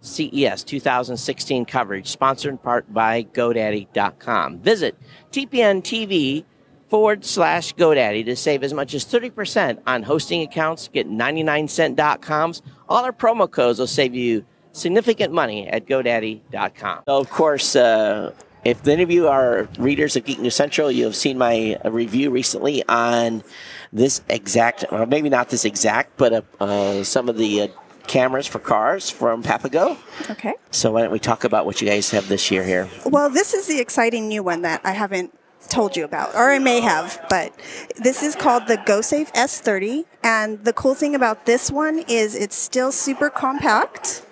CES 2016 coverage, sponsored in part by GoDaddy.com. Visit TPN TV forward slash GoDaddy to save as much as 30% on hosting accounts. Get 99cent.coms. All our promo codes will save you significant money at GoDaddy.com. So, of course, uh, if any of you are readers of Geek News Central, you have seen my uh, review recently on this exact, or maybe not this exact, but uh, uh, some of the uh, cameras for cars from Papago. Okay. So why don't we talk about what you guys have this year here? Well, this is the exciting new one that I haven't told you about, or I may have, but this is called the GoSafe S30. And the cool thing about this one is it's still super compact,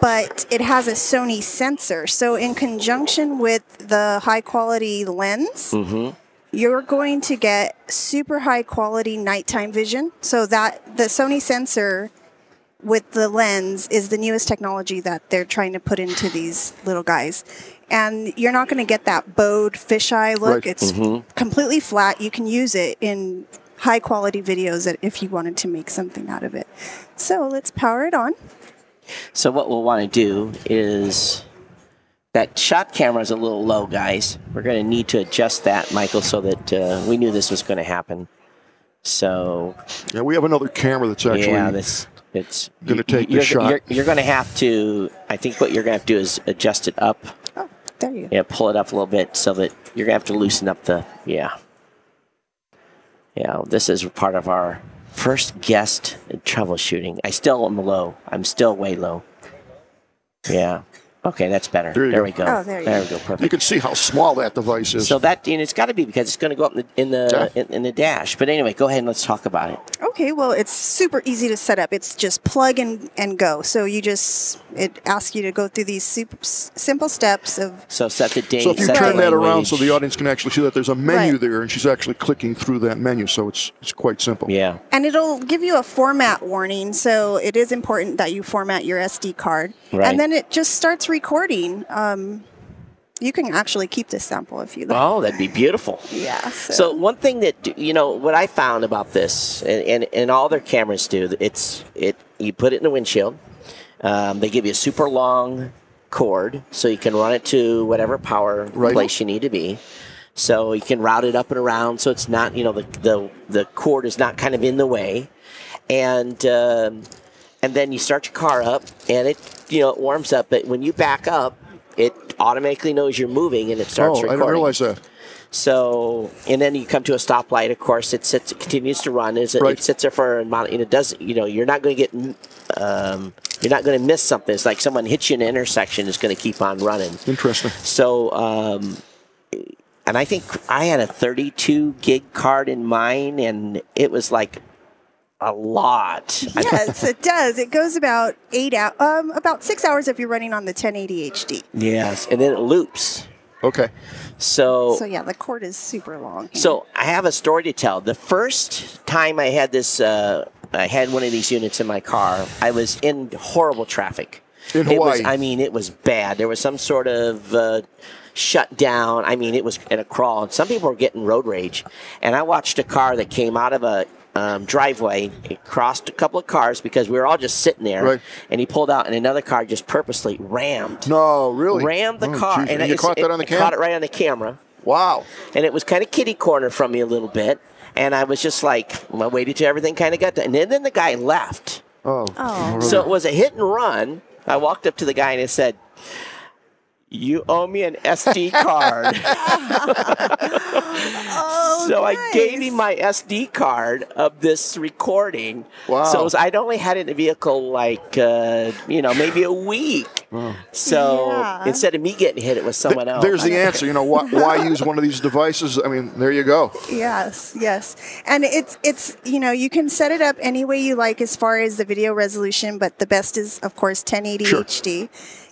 but it has a Sony sensor. So, in conjunction with the high quality lens, you're going to get super high quality nighttime vision. So, that the Sony sensor with the lens is the newest technology that they're trying to put into these little guys. And you're not going to get that bowed fisheye look. Right. It's completely flat. You can use it in high quality videos that- if you wanted to make something out of it. So let's power it on. So what we'll want to do is that shot camera is a little low, guys. We're going to need to adjust that, Michael, so that uh, we knew this was going to happen. So Yeah, we have another camera that's actually yeah, this it's Gonna you- take the you're, shot. You're, you're going to have to. I think what you're going to have to do is adjust it up. Oh, there you go. Yeah, pull it up a little bit so that you're gonna have to loosen up the yeah. Yeah, this is part of our first guest troubleshooting. I still am low. I'm still way low. Yeah. Okay, that's better. There you there go. we go. Oh, there you we go. Perfect. you can see how small that device is. so that and it's got to be because it's going to go up in the in the in, in the dash. But anyway, go ahead and let's talk about it. Okay, well, it's super easy to set up. It's just plug and, and go. So you just, it asks you to go through these super, s- simple steps of, So set the date. So if you set turn the that around so language. the audience can actually see that there's a menu Right. there, and she's actually clicking through that menu, so it's it's quite simple. yeah. and it'll give you a format warning. So it is important that you format your SD card. Right. And then it just starts recording. Um, you can actually keep this sample if you like. Oh, that'd be beautiful. yeah. So, So one thing that you know what I found about this, and, and, and all their cameras do, it's it you put it in the windshield. Um, they give you a super long cord, so you can run it to whatever power Right. place you need to be. So you can route it up and around, so it's not you know the the, the cord is not kind of in the way, and um, and then you start your car up, and it you know it warms up, but when you back up, it automatically knows you're moving, and it starts Oh, I recording. didn't realize that. So, and then you come to a stoplight. Of course, it sits, it continues to run. Is it, Right. it sits there for a amount? And it does. You know, you're not going to get, mm, um, you're not going to miss something. It's like someone hits you in an intersection. It's going to keep on running. Interesting. So, um, and I think I had a 32 gig card in mine, and it was like a lot. I- yes, it does. It goes about eight out, um, about six hours if you're running on the 1080 HD. yes, and then it loops. Okay. So yeah, the cord is super long. So I have a story to tell. The first time I had this, uh, I had one of these units in my car. I was in horrible traffic. In It was- Hawaii. I mean, it was bad. There was some sort of uh, shutdown. I mean, it was in a crawl, and some people were getting road rage. And I watched a car that came out of a um, driveway. It crossed a couple of cars because we were all just sitting there. Right. And he pulled out, and another car just purposely rammed. No, really. Rammed the Oh, car, geez. and, you it's- caught that it- on the I camera. Caught it right on the camera Wow. and it was kind of kitty corner from me a little bit. And I was just like, I waited till everything kind of got done. And then, then the guy left. Oh. Oh. really? So it was a hit and run. I walked up to the guy and I said, You owe me an SD card. so I gave him my SD card of this recording. Wow. So it was- I'd only had it in the vehicle like, uh, you know, maybe a week. So Yeah. instead of me getting hit, it was someone else. There's the answer. You know why, why use one of these devices? I mean, there you go. Yes, yes. And it's it's you know, you can set it up any way you like as far as the video resolution, but the best is of course 1080 Sure. HD.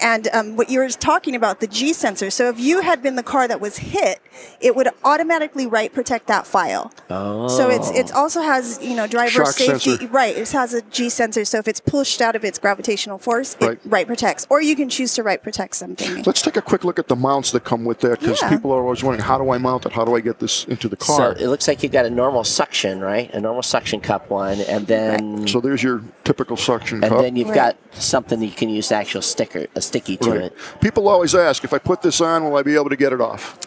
And um, what you were talking about, the G sensor. So if you had been the car that was hit, it would automatically write protect that file. Oh. So it's it's also has you know driver Shock safety sensor. right. It has a G sensor. So if it's pushed out of its gravitational force, Right. it right protects. Or you can choose to right protect something. Let's take a quick look at the mounts that come with that because Yeah. people are always wondering how do I mount it? How do I get this into the So car? it looks like you've got a normal suction, right? A normal suction cup one, and then So there's your typical suction And cup. then you've Right. got something that you can use actual sticker, a sticky to Right. it. People always ask, if I put this on, will I be able to get it off?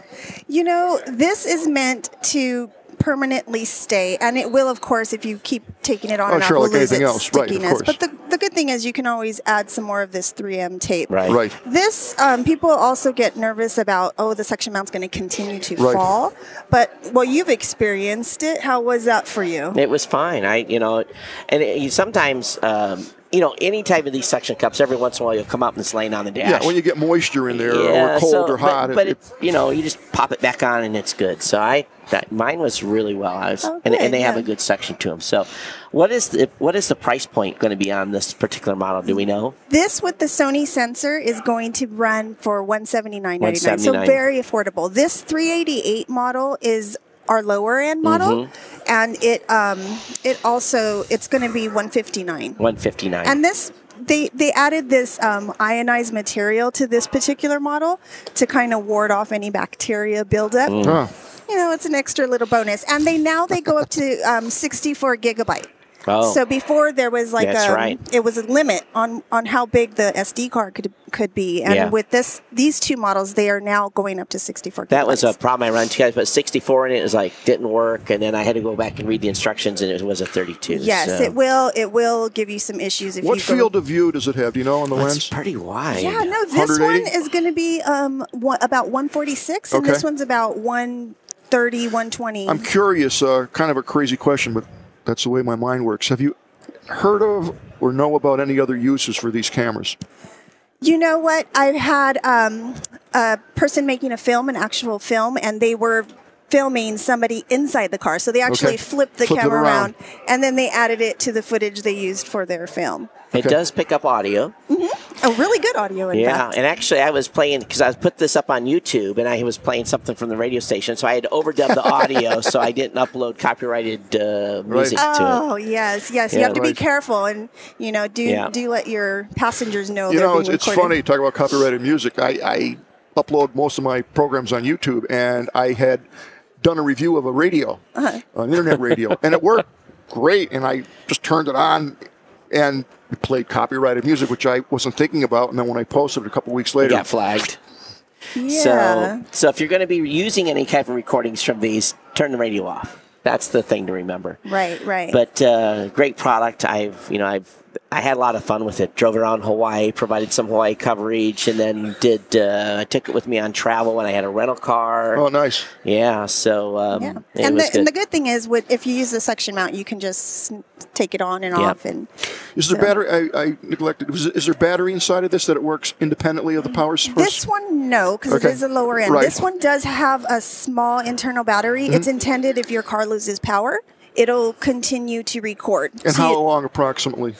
You know, this is meant to permanently stay, and it will, of course, if you keep taking it on Oh, and off, sure, will like lose anything its else. Right, of stickiness. course. But the, the good thing is you can always add some more of this 3M tape. Right. Right. This um, people also get nervous about. Oh, the suction mount's going to continue to Right. fall. But well, you've experienced it. How was that for you? It was fine. I, you know, and it, you sometimes, um, you know, any type of these suction cups, every once in a while you'll come up and it's laying on the dash. Yeah, when you get moisture in there Yeah, or cold so- or hot. But, it- but it- it's you know, you just pop it back on and it's good. So I, that, mine was really well. I was, Oh, and, good, and they have yeah. a good section to them. So, what is the what is the price point going to be on this particular model? Do we know? This with the Sony sensor is going to run for one seventy nine ninety nine, so $179.99. very affordable. This three eighty eight model is our lower end model, and it um, it also it's going to be one fifty nine. One fifty nine. And this they they added this um, ionized material to this particular model to kind of ward off any bacteria buildup. Huh. You know, it's an extra little bonus. And they now they go up to um, sixty four gigabyte. Oh. So before there was like That's um, right. it was a limit on on how big the SD card could could be, and Yeah. with this these two models, they are now going up to sixty four. That was a problem I ran into. I put 64 in it. It was like, didn't work. And then I had to go back and read the instructions, and it was a 32. yes. so. It will it will give you some issues if what you go, field of view does it have? Do you know on the It's lens? pretty wide. Yeah, no, this 180? one is going to be um, one, about 146, and Okay. this one's about 130, 120. I'm curious, uh, kind of a crazy question, but that's the way my mind works. Have you heard of or know about any other uses for these cameras? you know what? I've had um, a person making a film, an actual film, and they were filming somebody inside the car. So they actually Okay. flipped the Flipped it camera around. around. and then they added it to the footage they used for their film. It does pick up audio. A really good audio, in Yeah, fact. and actually, I was playing because I put this up on YouTube, and I was playing something from the radio station, so I had to overdub the audio, so I didn't upload copyrighted uh, music to it. Oh yes, yes. you Yeah. have to be Right. careful, and you know, do Yeah. do let your passengers know. You they're know, being it's, it's recorded. funny, talk about copyrighted music. I, I upload most of my programs on YouTube, and I had done a review of a radio, Uh-huh. an internet radio, and it worked great. And I just turned it on and it played copyrighted music, which I wasn't thinking about. And then when I posted it a couple weeks It later, got flagged. Yeah. So, so if you're going to be using any kind of recordings from these, turn the radio off. That's the thing to remember. right, right. But uh, great product. I've you know I've I had a lot of fun with it. Drove around Hawaii, provided some Hawaii coverage, and then did uh, I took it with me on travel when I had a rental car. oh, nice. Yeah, so um, Yeah. it and, was the, and the good. good thing is, with, if you use the suction mount, you can just sn- take it on and Yeah. off. And Is there battery? I, I neglected. Was, is there battery inside of this that it works independently of the power source? this one, no, because Okay. it is a lower end. Right. Mm-hmm. This one does have a small internal battery. It's intended if your car loses power, it'll continue to record. and So how you- long approximately?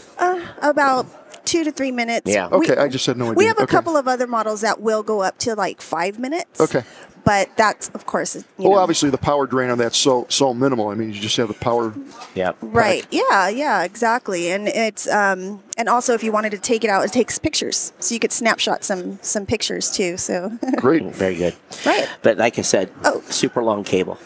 about two to three minutes. Yeah. We- Okay, I just had no idea. We have a Okay. couple of other models that will go up to like five minutes. Okay. Oh, But that's, of course, you Well, know, obviously the power drain on that's so so minimal. I mean, you just have the power. yeah. Right. Yeah. Yeah. Exactly. And it's um and also if you wanted to take it out, it takes pictures, so you could snapshot some some pictures too. So Great. Very good. right. But like I said, Oh. super long cable.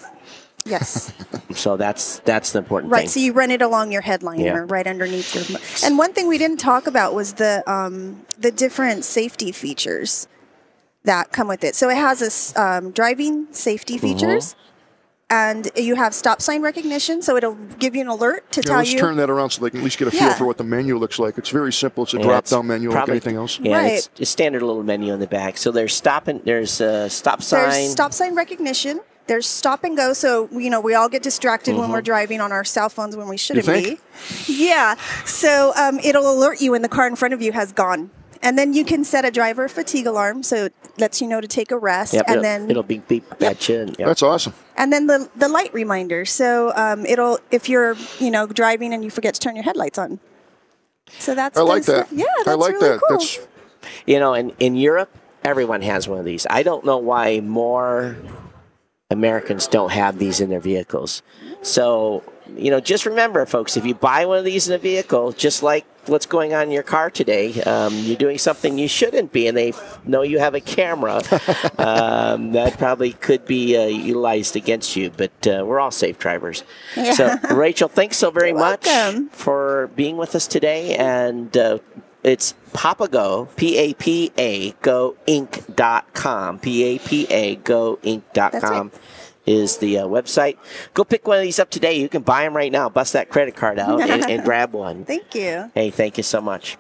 Yes. So that's that's the important Right. So thing. you run it along your headline Yeah. or right underneath your. And one thing we didn't talk about was the um the different safety features that come with it. So it has a s- um, driving safety features. And you have stop sign recognition, so it'll give you an alert to Yeah, tell let's you. turn that around so they can at least get a feel Yeah. for what the menu looks like. It's very simple. It's a Yeah, it's drop-down menu probably- like anything else. Yeah, Right. it's a standard little menu in the back. So there's stop and there's uh, stop sign. There's stop sign recognition. There's stop and go. So, you know, we all get distracted when we're driving on our cell phones when we shouldn't Mm-hmm. think? be. Yeah. So um, it'll alert you when the car in front of you has gone. And then you can set a driver fatigue alarm. So it lets you know to take a rest. Yep, and it'll, then it'll beep beep at you. and- yep. That's awesome. and then the, the light reminder. So um, it'll, if you're, you know, driving and you forget to turn your headlights on. So that's I like the- that. Yeah, that's I like really that. cool. That's You know, and in Europe, everyone has one of these. I don't know why more Americans don't have these in their vehicles. So, you know, just remember, folks, if you buy one of these in a vehicle, just like what's going on in your car today, um, you're doing something you shouldn't be, and they f- know you have a camera. um, that probably could be uh, utilized against you, but uh, we're all safe drivers. So, Rachel, thanks so very much welcome. for for being with us today. And uh, it's Papago, P A P A Go Inc.com. P A P A Go That's Inc.com right. is the uh, website. Go pick one of these up today. You can buy them right now. Bust that credit card out and, and grab one. Thank you. Hey, thank you so much.